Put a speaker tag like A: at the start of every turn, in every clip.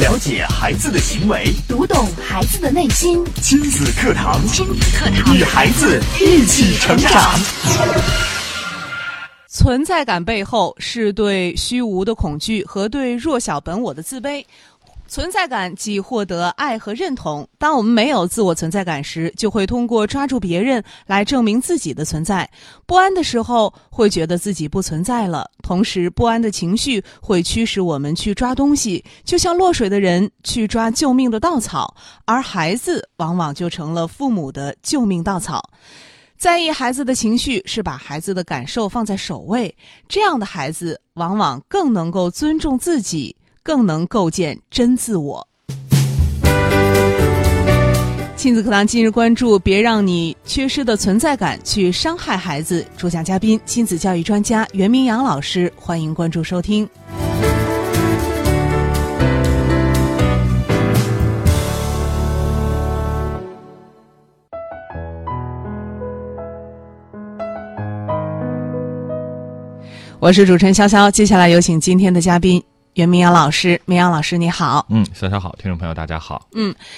A: 了解孩子的行为，
B: 读懂孩子的内心，
A: 亲子课堂，
B: 亲子课堂
A: 与孩子一起成长。
C: 存在感背后是对虚无的恐惧和对弱小本我的自卑。存在感即获得爱和认同。当我们没有自我存在感时，就会通过抓住别人来证明自己的存在。不安的时候，会觉得自己不存在了。同时，不安的情绪会驱使我们去抓东西，就像落水的人去抓救命的稻草，而孩子往往就成了父母的救命稻草。在意孩子的情绪是把孩子的感受放在首位，这样的孩子往往更能够尊重自己，更能构建真自我。亲子课堂今日关注：别让你缺失的存在感去伤害孩子。主讲嘉宾：亲子教育专家袁明阳老师，欢迎关注收听。我是主持人潇潇，接下来有请今天的嘉宾袁明阳老师。明阳老师，你好。嗯
D: 嗯，小小好，听众朋友大家好。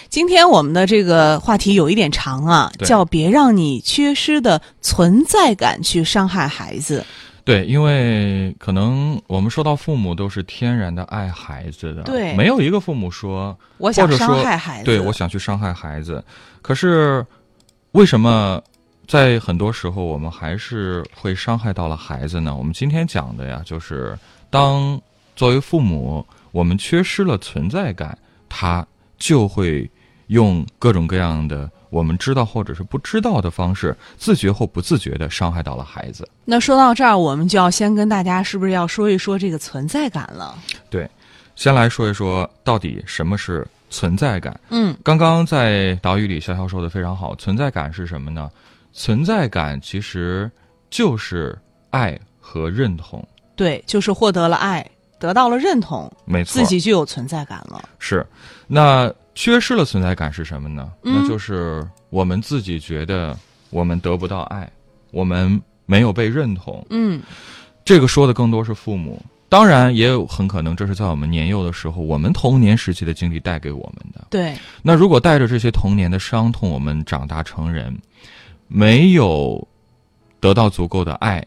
C: 今天我们的这个话题有一点长啊，
D: 对
C: 叫“别让你缺失的存在感去伤害孩子
D: 对，因为可能我们说到父母都是天然的爱孩子的，
C: 对
D: 没有一个父母说”，
C: 我想
D: 或者说
C: 伤害孩子。
D: 对我想去伤害孩子。可是为什么在很多时候我们还是会伤害到了孩子呢？我们今天讲的呀，就是当作为父母，我们缺失了存在感，他就会用各种各样的我们知道或者是不知道的方式，自觉或不自觉的伤害到了孩子。
C: 那说到这儿，我们就要先跟大家是不是要说一说这个存在感了？
D: 先来说一说到底什么是存在感。
C: 嗯，
D: 刚刚在导语里，潇潇说的非常好，存在感是什么呢？存在感其实就是爱和认同，
C: 对，就是获得了爱，得到了认同，
D: 没错，
C: 自己就有存在感了。
D: 是。那缺失了存在感是什么呢？
C: 嗯
D: 那就是我们自己觉得我们得不到爱，我们没有被认同，
C: 嗯，
D: 这个说的更多是父母，当然也有很可能这是在我们年幼的时候，我们童年时期的经历带给我们的。
C: 对，
D: 那如果带着这些童年的伤痛，我们长大成人，没有得到足够的爱，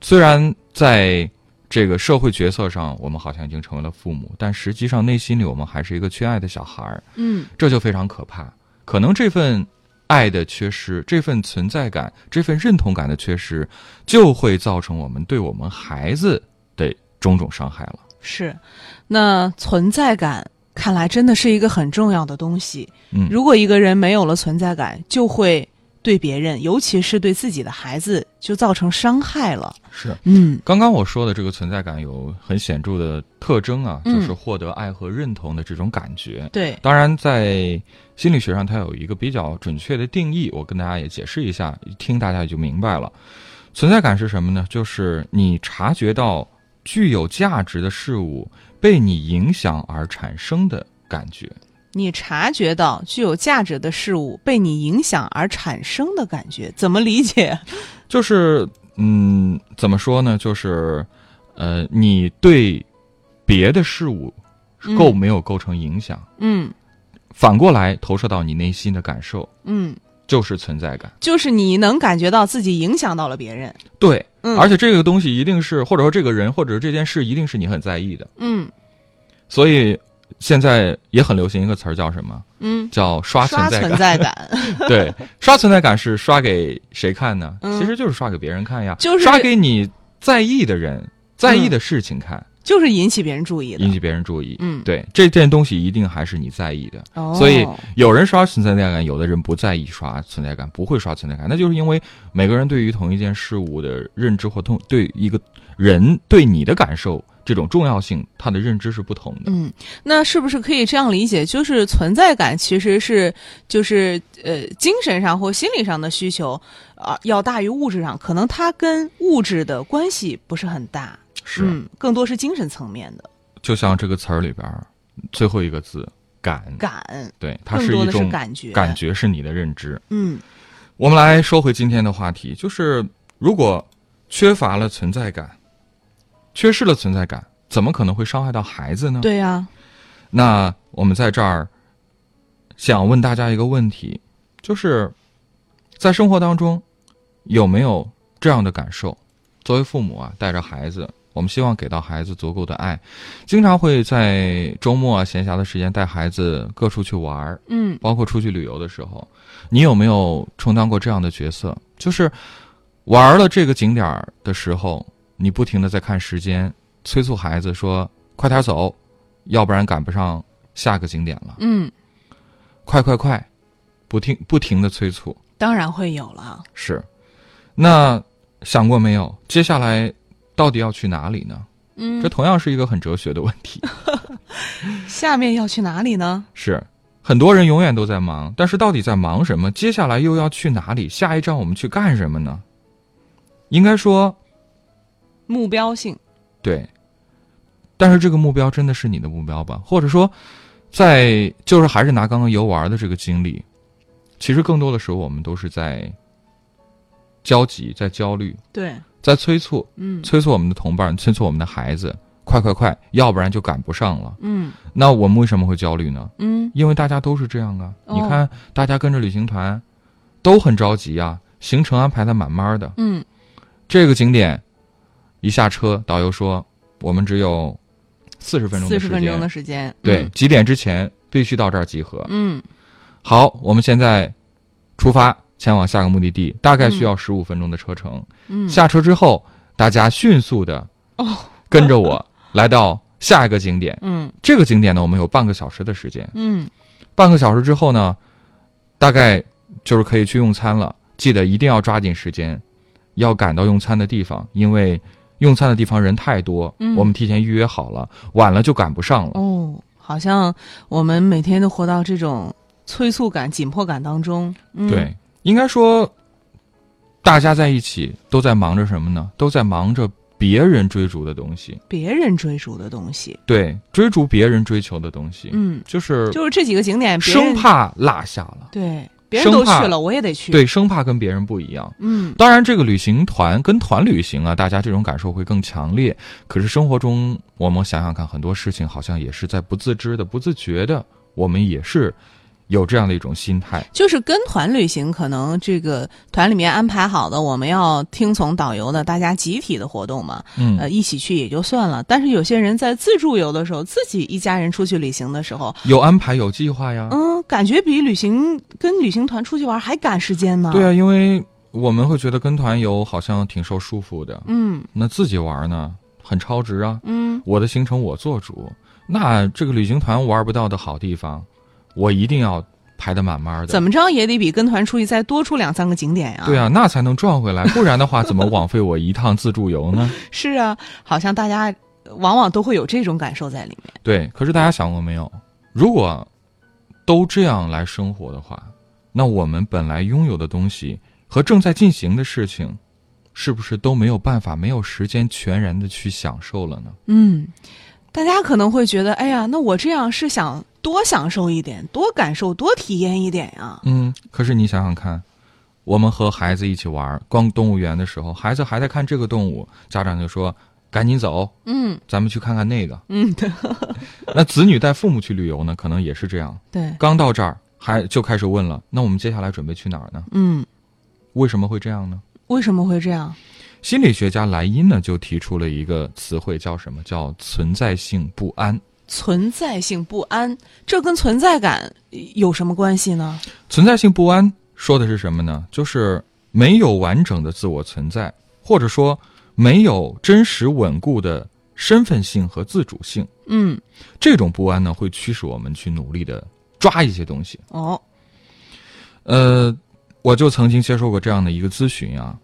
D: 虽然在这个社会角色上，我们好像已经成为了父母，但实际上内心里我们还是一个缺爱的小孩儿，
C: 嗯，
D: 这就非常可怕。可能这份爱的缺失，这份存在感，这份认同感的缺失，就会造成我们对我们孩子的种种伤害了。
C: 是。那存在感看来真的是一个很重要的东西。
D: 嗯，
C: 如果一个人没有了存在感，就会对别人，尤其是对自己的孩子，就造成伤害了。
D: 是。
C: 嗯，
D: 刚刚我说的这个存在感有很显著的特征啊，
C: 嗯
D: 就是获得爱和认同的这种感觉。
C: 对，
D: 当然，在心理学上，它有一个比较准确的定义，我跟大家也解释一下，一听大家也就明白了。存在感是什么呢？就是你察觉到具有价值的事物被你影响而产生的感觉。
C: 你察觉到具有价值的事物被你影响而产生的感觉，怎么理解？
D: 就是嗯，怎么说呢？就是呃，你对别的事物构没有构成影响。
C: 嗯
D: 反过来投射到你内心的感受，
C: 嗯，
D: 就是存在感。
C: 就是你能感觉到自己影响到了别人。
D: 对，
C: 嗯，
D: 而
C: 且
D: 且这个东西一定是，或者说这个人，或者是这件事，一定是你很在意的。
C: 嗯
D: 所以现在也很流行一个词儿，叫什么？
C: 嗯，
D: 叫刷存
C: 刷
D: 在
C: 存
D: 感。
C: 在 感，
D: 对，刷存在感是刷给谁看呢？
C: 嗯
D: 其实就是刷给别人看呀，
C: 就是
D: 刷给你在意的人、在意的事情看，
C: 就是引起别人注意的
D: 引。起别人注意。
C: 嗯，
D: 对，这件东西一定还是你在意的。
C: 哦
D: 所以有人刷存在感，有的人不在意刷存在感，不会刷存在感，那就是因为每个人对于同一件事物的认知或同对一个人对你的感受这种重要性，他的认知是不同的。
C: 嗯，那是不是可以这样理解？就是存在感其实是就是呃精神上或心理上的需求啊、要大于物质上，可能它跟物质的关系不是很大，嗯，更多是精神层面的
D: 啊就像这个词儿里边儿最后一个字“感”，
C: 感，
D: 对，它
C: 更
D: 是
C: 多
D: 一
C: 的
D: 种
C: 感觉，
D: 感，觉是你的认知。
C: 嗯
D: 我们来说回今天的话题，就是如果缺乏了存在感，缺失了存在感，怎么可能会伤害到孩子呢？
C: 对呀、
D: 那我们在这儿想问大家一个问题，就是在生活当中有没有这样的感受？作为父母啊，带着孩子，我们希望给到孩子足够的爱，经常会在周末啊、闲暇的时间带孩子各处去玩儿，
C: 嗯
D: 包括出去旅游的时候，你有没有充当过这样的角色？就是玩了这个景点儿的时候，你不停的在看时间，催促孩子说：“快点走，要不然赶不上下个景点了。
C: 嗯，
D: 快快快！”不停不停的催促
C: 当然会有了。
D: 是。那想过没有？接下来到底要去哪里呢？
C: 嗯
D: 这，同样是一个很哲学的问题。
C: 下面要去哪里呢？
D: 是，很多人永远都在忙，但是到底在忙什么？接下来又要去哪里？下一站我们去干什么呢？应该说
C: 目标性，
D: 对，但是这个目标真的是你的目标吧？或者说，在就是还是拿刚刚游玩的这个经历，其实更多的时候我们都是在焦急、在焦虑、
C: 对，
D: 在催促，
C: 嗯
D: 催促我们的同伴，催促我们的孩子，快快快，要不然就赶不上了。
C: 嗯
D: 那我们为什么会焦虑呢？
C: 嗯，
D: 因为大家都是这样啊。
C: 哦
D: 你看，大家跟着旅行团，都很着急啊，行程安排的满满的。
C: 嗯
D: 这个景点，一下车，导游说我们只有四十分钟
C: 四
D: 的
C: 十
D: 时
C: 分钟的
D: 间，
C: 时间，
D: 对，几点之前必须到这儿集合。
C: 嗯，
D: 好，我们现在出发，前往下个目的地，大概需要十五分钟的车程。
C: 嗯嗯，
D: 下车之后，大家迅速的
C: 哦，
D: 跟着我来到下一个景点。
C: 嗯
D: 这个景点呢，我们有半个小时的时间。
C: 嗯
D: 半个小时之后呢，大概就是可以去用餐了。记得一定要抓紧时间，要赶到用餐的地方，因为用餐的地方人太多，
C: 嗯
D: 我们提前预约好了，晚了就赶不上了。
C: 哦，好像我们每天都活到这种催促感、紧迫感当中。嗯、，
D: 对，应该说，大家在一起都在忙着什么呢？都在忙着别人追逐的东西，
C: 别人追逐的东西，
D: 对，追逐别人追求的东西，
C: 嗯，
D: 就是
C: 就是这几个景点，别人
D: 生怕落下了，
C: 对别人都
D: 生怕
C: 去了，我也得去。，
D: 对，生怕跟别人不一样。
C: 嗯
D: 当然，这个旅行团跟团旅行啊，大家这种感受会更强烈。可是生活中，我们想想看，很多事情好像也是在不自知的、不自觉的，我们也是有这样的一种心态。
C: 就是跟团旅行，可能这个团里面安排好的，我们要听从导游的，大家集体的活动嘛，呃，
D: 嗯，
C: 一起去也就算了。但是有些人在自助游的时候，自己一家人出去旅行的时候，
D: 有安排，有计划呀。
C: 嗯，感觉比旅行跟旅行团出去玩还赶时间呢。
D: 对啊，因为我们会觉得跟团游好像挺受束缚的，
C: 嗯
D: 那自己玩呢，很超值啊。
C: 嗯
D: 我的行程我做主，那这个旅行团玩不到的好地方，我一定要排得满满的。
C: 怎么着也得比跟团出去再多出两三个景点呀、
D: 对，啊，那才能赚回来，不然的话怎么枉费我一趟自助游呢？
C: 是啊，好像大家呃往往都会有这种感受在里面。
D: 对，可是大家想过没有？如果都这样来生活的话，那我们本来拥有的东西和正在进行的事情，是不是都没有办法、没有时间全然的去享受了呢？
C: 嗯，大家可能会觉得，哎呀，那我这样是想多享受一点，多感受，多体验一点呀、
D: 嗯，可是你想想看，我们和孩子一起玩逛动物园的时候，孩子还在看这个动物，家长就说：“赶紧走，
C: 嗯
D: 咱们去看看那个。
C: 嗯，对”
D: 那子女带父母去旅游呢，可能也是这样。
C: 对，
D: 刚到这儿还就开始问了，那我们接下来准备去哪儿呢？
C: 嗯，
D: 为什么会这样呢？
C: 为什么会这样？
D: 心理学家莱因呢就提出了一个词汇，叫什么？叫存在性不安。
C: 存在性不安，这跟存在感有什么关系呢？
D: 存在性不安说的是什么呢？就是没有完整的自我存在，或者说没有真实稳固的身份性和自主性。
C: 嗯，
D: 这种不安呢，会驱使我们去努力的抓一些东西。
C: 哦，
D: 呃，我就曾经接受过这样的一个咨询啊，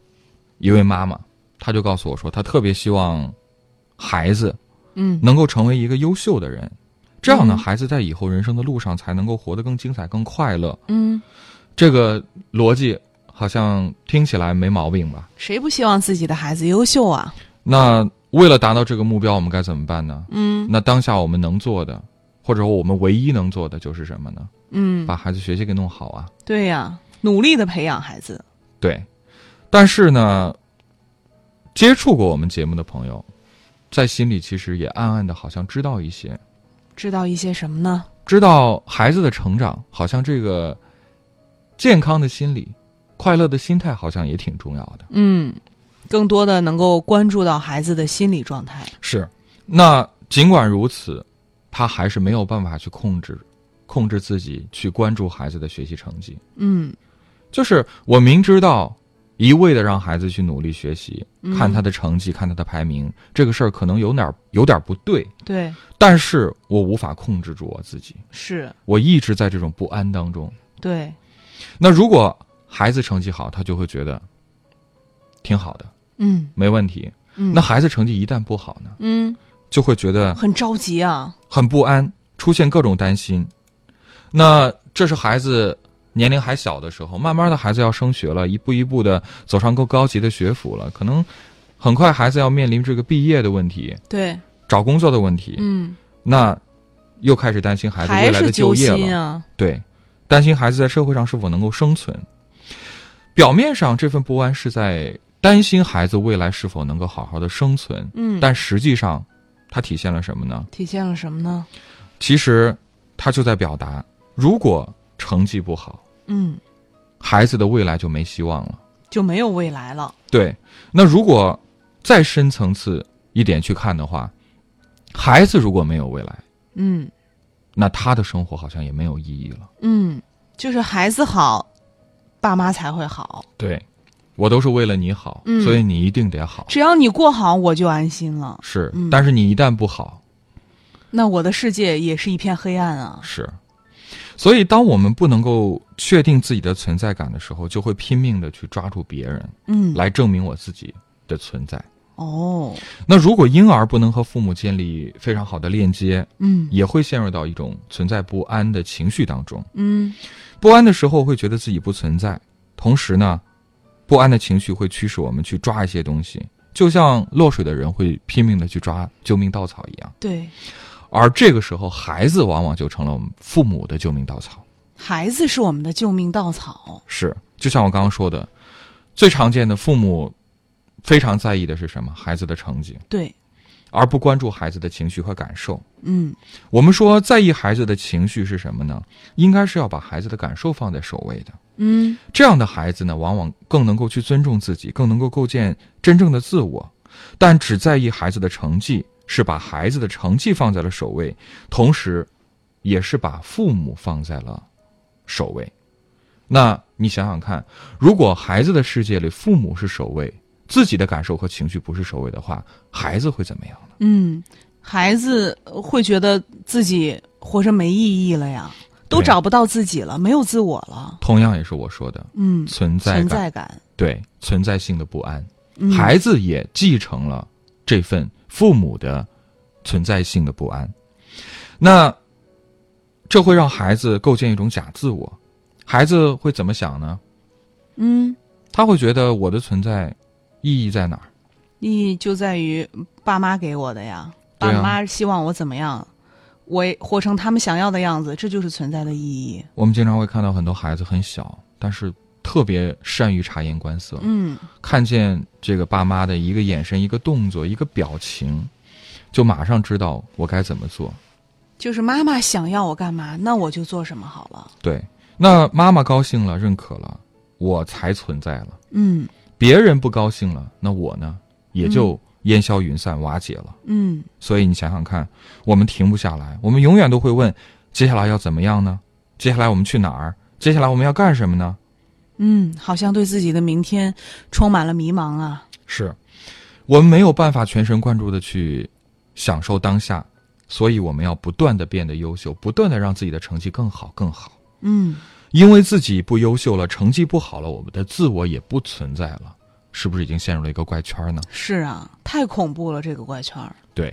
D: 一位妈妈，她就告诉我说，她特别希望孩子
C: 嗯
D: 能够成为一个优秀的人，这样呢，
C: 嗯
D: 孩子在以后人生的路上才能够活得更精彩、更快乐。
C: 嗯，
D: 这个逻辑好像听起来没毛病吧？
C: 谁不希望自己的孩子优秀啊？
D: 那为了达到这个目标，我们该怎么办呢？
C: 嗯
D: 那当下我们能做的，或者说我们唯一能做的就是什么呢？
C: 嗯，
D: 把孩子学习给弄好啊。
C: 对呀、努力的培养孩子。
D: 对，但是呢，接触过我们节目的朋友，在心里其实也暗暗的好像知道一些，
C: 知道一些什么呢？
D: 知道孩子的成长，好像这个健康的心理、快乐的心态，好像也挺重要的。
C: 嗯，更多的能够关注到孩子的心理状态。
D: 是，那尽管如此，他还是没有办法去控制，控制自己去关注孩子的学习成绩。
C: 嗯
D: 就是我明知道一味的让孩子去努力学习，
C: 嗯
D: 看他的成绩，看他的排名，这个事儿可能有点儿有点儿不对，
C: 对，
D: 但是我无法控制住我自己，
C: 是，
D: 我一直在这种不安当中。
C: 对，
D: 那如果孩子成绩好，他就会觉得挺好的，
C: 嗯
D: 没问题。
C: 嗯
D: 那孩子成绩一旦不好呢，
C: 嗯，
D: 就会觉得
C: 很着急啊。
D: 很不安，出现各种担心。那这是孩子年龄还小的时候，慢慢的孩子要升学了，一步一步的走上更高级的学府了，可能很快孩子要面临这个毕业的问题、
C: 对，
D: 找工作的问题，
C: 嗯，
D: 那又开始担心孩子未
C: 还
D: 来
C: 是
D: 的
C: 揪
D: 就业了，
C: 心啊。
D: 对，担心孩子在社会上是否能够生存。表面上这份不安是在担心孩子未来是否能够好好的生存，
C: 嗯，
D: 但实际上，它体现了什么呢？
C: 体现了什么呢？
D: 其实他就在表达，如果成绩不好，
C: 嗯，
D: 孩子的未来就没希望了。
C: 就没有未来了。
D: 对，那如果再深层次一点去看的话，孩子如果没有未来，
C: 嗯
D: 那他的生活好像也没有意义了。
C: 嗯，就是孩子好，爸妈才会好。
D: 对，我都是为了你好，
C: 嗯
D: 所以你一定得好。
C: 只要你过好，我就安心了。
D: 是
C: 嗯，
D: 但是你一旦不好，
C: 那我的世界也是一片黑暗啊。
D: 是。所以，当我们不能够确定自己的存在感的时候，就会拼命的去抓住别人
C: 嗯，
D: 来证明我自己的存在。
C: 哦，
D: 那如果婴儿不能和父母建立非常好的链接，
C: 嗯
D: 也会陷入到一种存在不安的情绪当中。
C: 嗯
D: 不安的时候会觉得自己不存在，同时呢，不安的情绪会驱使我们去抓一些东西，就像落水的人会拼命的去抓救命稻草一样。
C: 对，
D: 而这个时候，孩子往往就成了我们父母的救命稻草。
C: 孩子是我们的救命稻草。
D: 是，就像我刚刚说的，最常见的父母非常在意的是什么？孩子的成绩，
C: 对，
D: 而不关注孩子的情绪和感受。
C: 嗯
D: 我们说在意孩子的情绪是什么呢？应该是要把孩子的感受放在首位的。
C: 嗯
D: 这样的孩子呢，往往更能够去尊重自己，更能够构建真正的自我。但只在意孩子的成绩，是把孩子的成绩放在了首位，同时，也是把父母放在了首位。那你想想看，如果孩子的世界里父母是首位，自己的感受和情绪不是首位的话，孩子会怎么样呢？
C: 嗯，孩子会觉得自己活着没意义了呀，都
D: 对
C: 找不到自己了，没有自我了。
D: 同样也是我说的
C: 嗯，
D: 存在
C: 存
D: 感，
C: 在感。
D: 对存在性的不安。
C: 嗯
D: 孩子也继承了这份父母的存在性的不安。那这会让孩子构建一种假自我，孩子会怎么想呢？
C: 嗯，
D: 他会觉得我的存在意义在哪儿？
C: 意义就在于爸妈给我的呀，
D: 对
C: 爸
D: 啊
C: 妈希望我怎么样，我也活成他们想要的样子，这就是存在的意义。
D: 我们经常会看到很多孩子很小，但是特别善于察言观色，
C: 嗯，
D: 看见这个爸妈的一个眼神、一个动作、一个表情，就马上知道我该怎么做。
C: 就是妈妈想要我干嘛，那我就做什么好了。
D: 对，那妈妈高兴了，认可了，我才存在了。
C: 嗯
D: 别人不高兴了，那我呢，也就烟消云散、瓦解了。
C: 嗯，
D: 所以你想想看，我们停不下来，我们永远都会问：接下来要怎么样呢？接下来我们去哪儿？接下来我们要干什么呢？
C: 嗯，好像对自己的明天充满了迷茫啊。
D: 是我们没有办法全神贯注的去享受当下，所以我们要不断的变得优秀，不断的让自己的成绩更好更好。
C: 嗯，
D: 因为自己不优秀了，成绩不好了，我们的自我也不存在了，是不是已经陷入了一个怪圈呢？
C: 是啊，太恐怖了这个怪圈儿。
D: 对，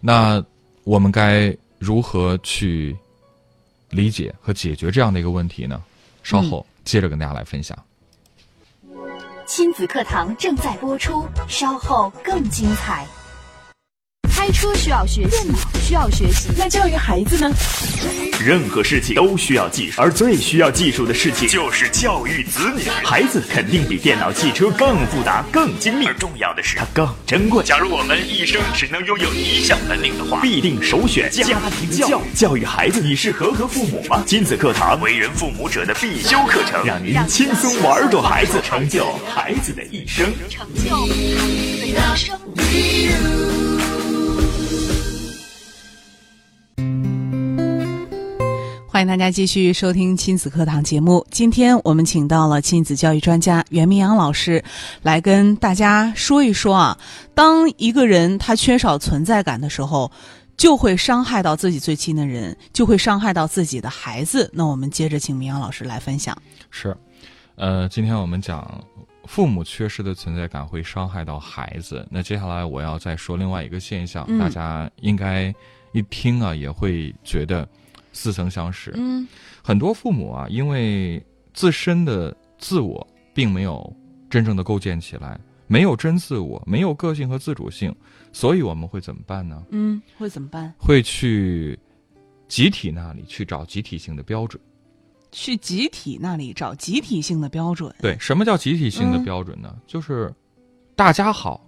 D: 那我们该如何去理解和解决这样的一个问题呢？稍
C: 嗯
D: 后接着跟大家来分享。
B: 亲子课堂正在播出，稍后更精彩。开
E: 开车需要学习，电脑需要学习，
F: 那教育孩子呢？
A: 任何事情都需要技术，而最需要技术的事情就是教育子女。孩子肯定比电脑、汽车更复杂、更精密，而重要的是它更珍贵。假如我们一生只能拥有一项本领的话，必定首选家庭教育。教育孩子，你是合格父母吗？亲子课堂，为人父母者的必修课程，让您轻松玩转孩子，成就孩子的一生。
E: 成就孩子的一生。
C: 欢迎大家继续收听亲子课堂节目。今天我们请到了亲子教育专家袁明阳老师，来跟大家说一说啊，当一个人他缺少存在感的时候，就会伤害到自己最亲的人，就会伤害到自己的孩子。那我们接着请明阳老师来分享。
D: 是，呃，今天我们讲父母缺失的存在感会伤害到孩子。那接下来我要再说另外一个现象，
C: 嗯
D: 大家应该一听啊也会觉得似曾相识。
C: 嗯
D: 很多父母啊，因为自身的自我并没有真正的构建起来，没有真自我，没有个性和自主性，所以我们会怎么办呢？
C: 嗯，会怎么办？
D: 会去集体那里去找集体性的标准。
C: 去集体那里找集体性的标准。
D: 对，什么叫集体性的
C: 嗯
D: 标准呢？就是大家好，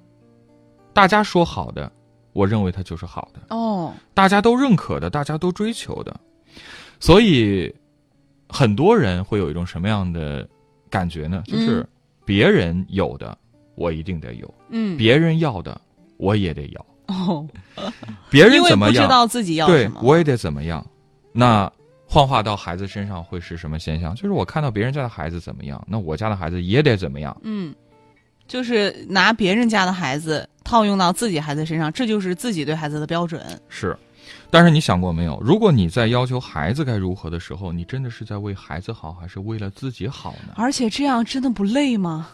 D: 大家说好的，我认为它就是好的，
C: 哦，
D: 大家都认可的，大家都追求的，所以很多人会有一种什么样的感觉呢？
C: 嗯
D: 就是别人有的，我一定得有；
C: 嗯，
D: 别人要的，我也得要；
C: 哦，
D: 别人
C: 因为
D: 怎么
C: 不知
D: 样，
C: 道自己要
D: 对
C: 什么。
D: 我也得怎么样。那幻化到孩子身上会是什么现象？就是我看到别人家的孩子怎么样，那我家的孩子也得怎么样。
C: 嗯，就是拿别人家的孩子套用到自己孩子身上，这就是自己对孩子的标准。
D: 是，但是你想过没有？如果你在要求孩子该如何的时候，你真的是在为孩子好，还是为了自己好呢？
C: 而且这样真的不累吗？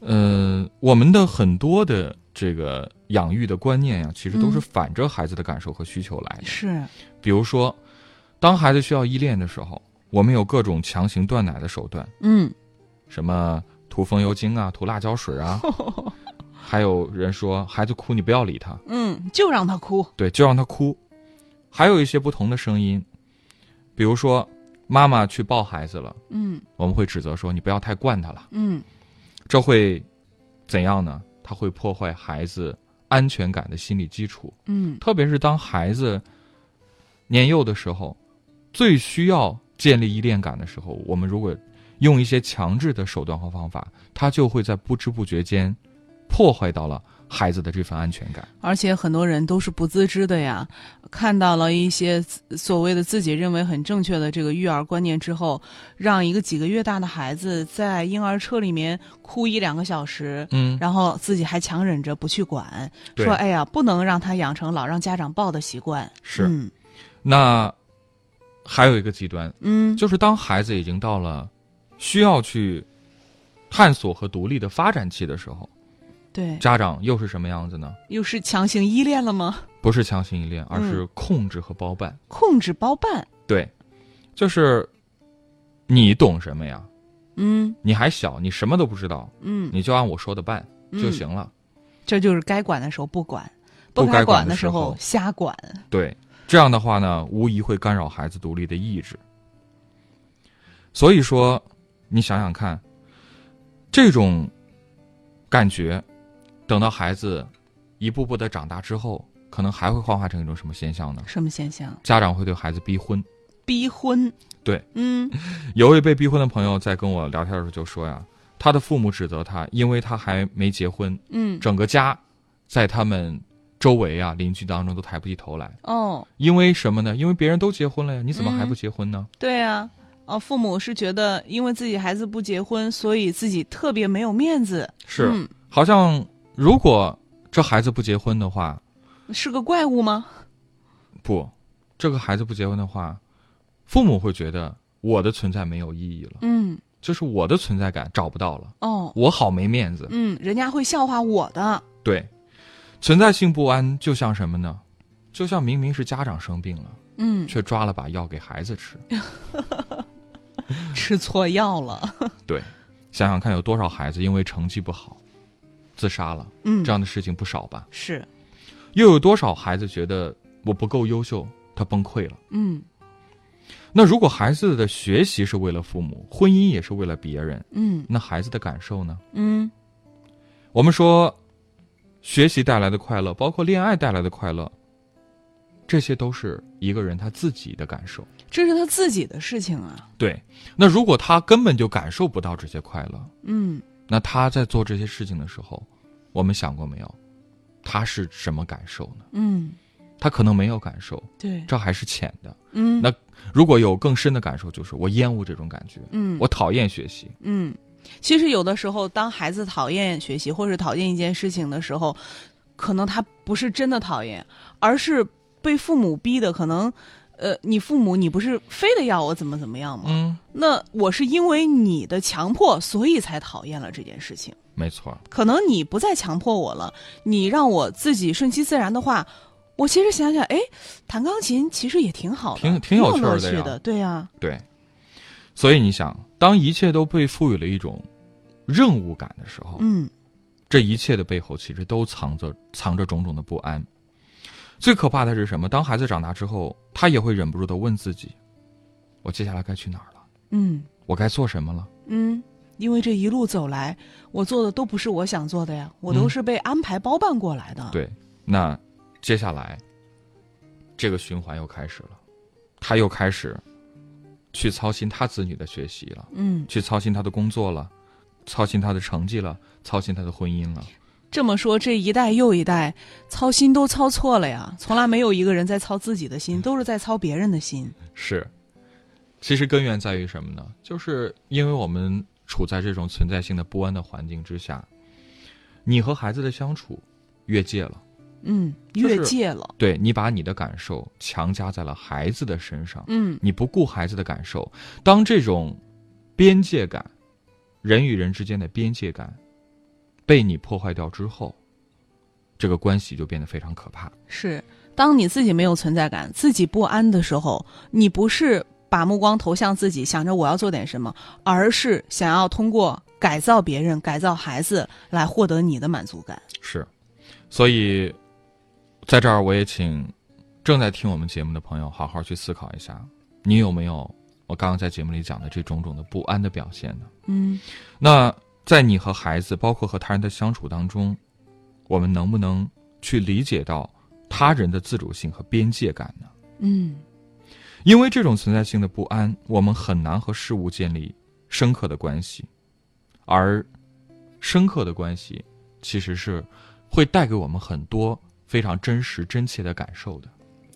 D: 呃，我们的很多的这个养育的观念呀、其实都是
C: 嗯
D: 反着孩子的感受和需求来的。
C: 是，
D: 比如说，当孩子需要依恋的时候，我们有各种强行断奶的手段，
C: 嗯，
D: 什么涂风油精啊，涂辣椒水啊，还有人说孩子哭你不要理他，
C: 嗯，就让他哭。
D: 对，就让他哭。还有一些不同的声音，比如说妈妈去抱孩子了，
C: 嗯
D: 我们会指责说你不要太惯他了，
C: 嗯，
D: 这会怎样呢？他会破坏孩子安全感的心理基础，
C: 嗯
D: 特别是当孩子年幼的时候，最需要建立依恋感的时候，我们如果用一些强制的手段和方法，他就会在不知不觉间破坏到了孩子的这份安全感。
C: 而且很多人都是不自知的呀，看到了一些自所谓的自己认为很正确的这个育儿观念之后，让一个几个月大的孩子在婴儿车里面哭一两个小时，
D: 嗯，
C: 然后自己还强忍着不去管，
D: 对
C: 说哎呀，不能让他养成老让家长抱的习惯。
D: 是
C: 嗯
D: 那还有一个极端，
C: 嗯
D: 就是当孩子已经到了需要去探索和独立的发展期的时候，
C: 对，
D: 家长又是什么样子呢？
C: 又是强行依恋了吗？
D: 不是强行依恋，而是控制和包办。
C: 控制包办。
D: 对，就是你懂什么呀？
C: 嗯
D: 你还小，你什么都不知道，
C: 嗯，
D: 你就按我说的办就
C: 嗯
D: 行了。
C: 这就是该管的时候不管，
D: 不
C: 该
D: 该管的
C: 的
D: 时候
C: 瞎管。
D: 对，这样的话呢，无疑会干扰孩子独立的意志。所以说，你想想看，这种感觉，等到孩子一步步的长大之后，可能还会幻化成一种什么现象呢？
C: 什么现象？
D: 家长会对孩子逼婚。
C: 逼婚。
D: 对，
C: 嗯
D: 有一位被逼婚的朋友在跟我聊天的时候就说呀，他的父母指责他，因为他还没结婚，
C: 嗯
D: 整个家在他们周围啊邻居当中都抬不起头来，
C: 哦，
D: 因为什么呢？因为别人都结婚了呀，你怎么还
C: 嗯
D: 不结婚呢？
C: 对啊。哦，父母是觉得因为自己孩子不结婚，所以自己特别没有面子，
D: 是，
C: 嗯
D: 好像如果这孩子不结婚的话，
C: 是个怪物吗？
D: 不，这个孩子不结婚的话，父母会觉得我的存在没有意义了，
C: 嗯
D: 就是我的存在感找不到了，
C: 哦
D: 我好没面子。
C: 嗯，人家会笑话我的。
D: 对，存在性不安就像什么呢？就像明明是家长生病了，
C: 嗯，
D: 却抓了把药给孩子吃。
C: 吃错药了。
D: 对，想想看，有多少孩子因为成绩不好自杀了，
C: 嗯，
D: 这样的事情不少吧？
C: 是，
D: 又有多少孩子觉得我不够优秀，他崩溃了？
C: 嗯
D: 那如果孩子的学习是为了父母，婚姻也是为了别人，
C: 嗯
D: 那孩子的感受呢？
C: 嗯
D: 我们说，学习带来的快乐，包括恋爱带来的快乐，这些都是一个人他自己的感受。
C: 这是他自己的事情啊。
D: 对，那如果他根本就感受不到这些快乐，
C: 嗯
D: 那他在做这些事情的时候，我们想过没有，他是什么感受呢？
C: 嗯，
D: 他可能没有感受，
C: 对，
D: 这还是浅的。
C: 嗯
D: 那如果有更深的感受，就是我厌恶这种感觉，
C: 嗯
D: 我讨厌学习。
C: 嗯，其实有的时候，当孩子讨厌学习或是讨厌一件事情的时候，可能他不是真的讨厌，而是被父母逼的。可能，呃，你父母你不是非得要我怎么怎么样吗？
D: 嗯，
C: 那我是因为你的强迫，所以才讨厌了这件事情。
D: 没错，
C: 可能你不再强迫我了，你让我自己顺其自然的话，我其实想想，哎，弹钢琴其实也挺好的，
D: 挺挺有趣儿
C: 乐
D: 的
C: 趣
D: 呀
C: 的，对呀、
D: 对。所以你想，当一切都被赋予了一种任务感的时候，
C: 嗯
D: 这一切的背后其实都藏着藏着种种的不安。最可怕的是什么？当孩子长大之后，他也会忍不住的问自己：我接下来该去哪儿了？
C: 嗯。
D: 我该做什么了？
C: 嗯，因为这一路走来，我做的都不是我想做的呀，我都
D: 嗯
C: 是被安排包办过来的。，
D: 对，那接下来这个循环又开始了，他又开始去操心他子女的学习了，
C: 嗯，
D: 去操心他的工作了，操心他的成绩了，操心他的婚姻了。
C: 这么说，这一代又一代操心都操错了呀，从来没有一个人在操自己的
D: 嗯
C: 心，都是在操别人的心。
D: 是，其实根源在于什么呢？就是因为我们处在这种存在性的不安的环境之下，你和孩子的相处越界了，
C: 嗯，
D: 就是
C: 越界了。
D: 对你把你的感受强加在了孩子的身上，
C: 嗯
D: 你不顾孩子的感受。当这种边界感，人与人之间的边界感被你破坏掉之后，这个关系就变得非常可怕。
C: 是，当你自己没有存在感、自己不安的时候，你不是把目光投向自己，想着我要做点什么，而是想要通过改造别人、改造孩子来获得你的满足感。
D: 是，所以在这儿我也请正在听我们节目的朋友好好去思考一下，你有没有我刚刚在节目里讲的这种种的不安的表现呢？
C: 嗯
D: 那在你和孩子，包括和他人的相处当中，我们能不能去理解到他人的自主性和边界感呢？
C: 嗯。
D: 因为这种存在性的不安，我们很难和事物建立深刻的关系，而深刻的关系其实是会带给我们很多非常真实、真切的感受的。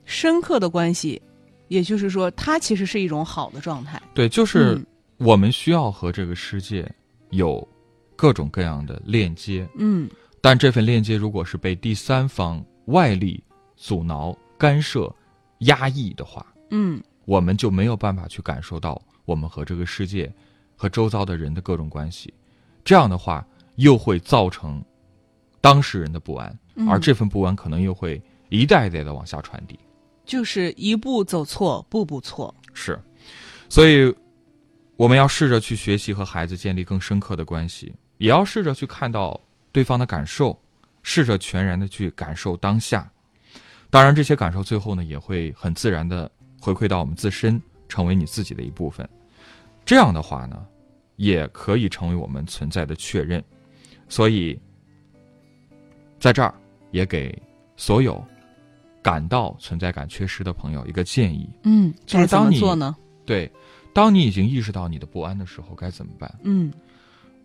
C: 深刻的关系，也就是说，它其实是一种好的状态。
D: 对，就是
C: 嗯
D: 我们需要和这个世界有各种各样的链接，
C: 嗯
D: 但这份链接如果是被第三方外力阻挠、干涉、压抑的话，
C: 嗯
D: 我们就没有办法去感受到我们和这个世界、和周遭的人的各种关系。这样的话，又会造成当事人的不安，
C: 嗯
D: 而这份不安可能又会一代一代的往下传递。
C: 就是一步走错，步步错。
D: 是，所以我们要试着去学习和孩子建立更深刻的关系，也要试着去看到对方的感受，试着全然的去感受当下。当然，这些感受最后呢，也会很自然的回馈到我们自身，成为你自己的一部分。这样的话呢，也可以成为我们存在的确认。所以，在这儿也给所有感到存在感缺失的朋友一个建议：
C: 嗯，
D: 就是
C: 该怎么
D: 当你
C: 做呢？
D: 对，当你已经意识到你的不安的时候，该怎么办？
C: 嗯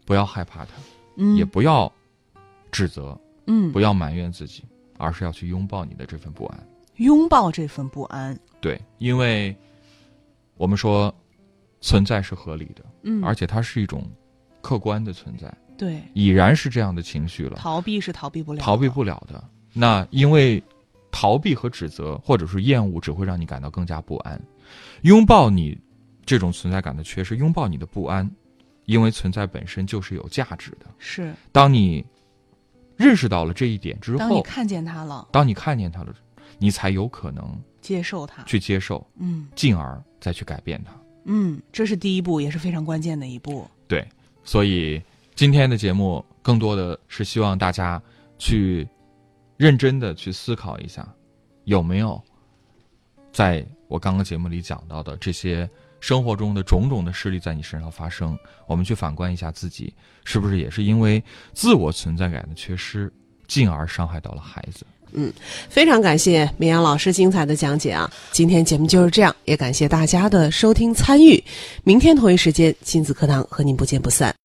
D: 不要害怕它，
C: 嗯，
D: 也不要指责，
C: 嗯
D: 不要埋怨自己，而是要去拥抱你的这份不安。
C: 拥抱这份不安。
D: 对，因为我们说存在是合理的，
C: 嗯，
D: 而且它是一种客观的存在，
C: 对
D: 已然是这样的情绪了，
C: 逃避是逃避不了的，
D: 逃避不了的。那因为逃避和指责，或者是厌恶，只会让你感到更加不安。拥抱你这种存在感的缺失，拥抱你的不安，因为存在本身就是有价值的。
C: 是。
D: 当你认识到了这一点之后，
C: 当你看见他了，
D: 当你看见它了，你才有可能
C: 接受他。
D: 去接受，
C: 嗯
D: 进而再去改变它。
C: 嗯，这是第一步，也是非常关键的一步。
D: 对，所以今天的节目更多的是希望大家去认真的去思考一下，有没有在我刚刚节目里讲到的这些生活中的种种的事例在你身上发生？我们去反观一下自己，是不是也是因为自我存在感的缺失，进而伤害到了孩子？
C: 非常感谢明阳老师精彩的讲解啊！今天节目就是这样，也感谢大家的收听参与。明天同一时间，亲子课堂和您不见不散。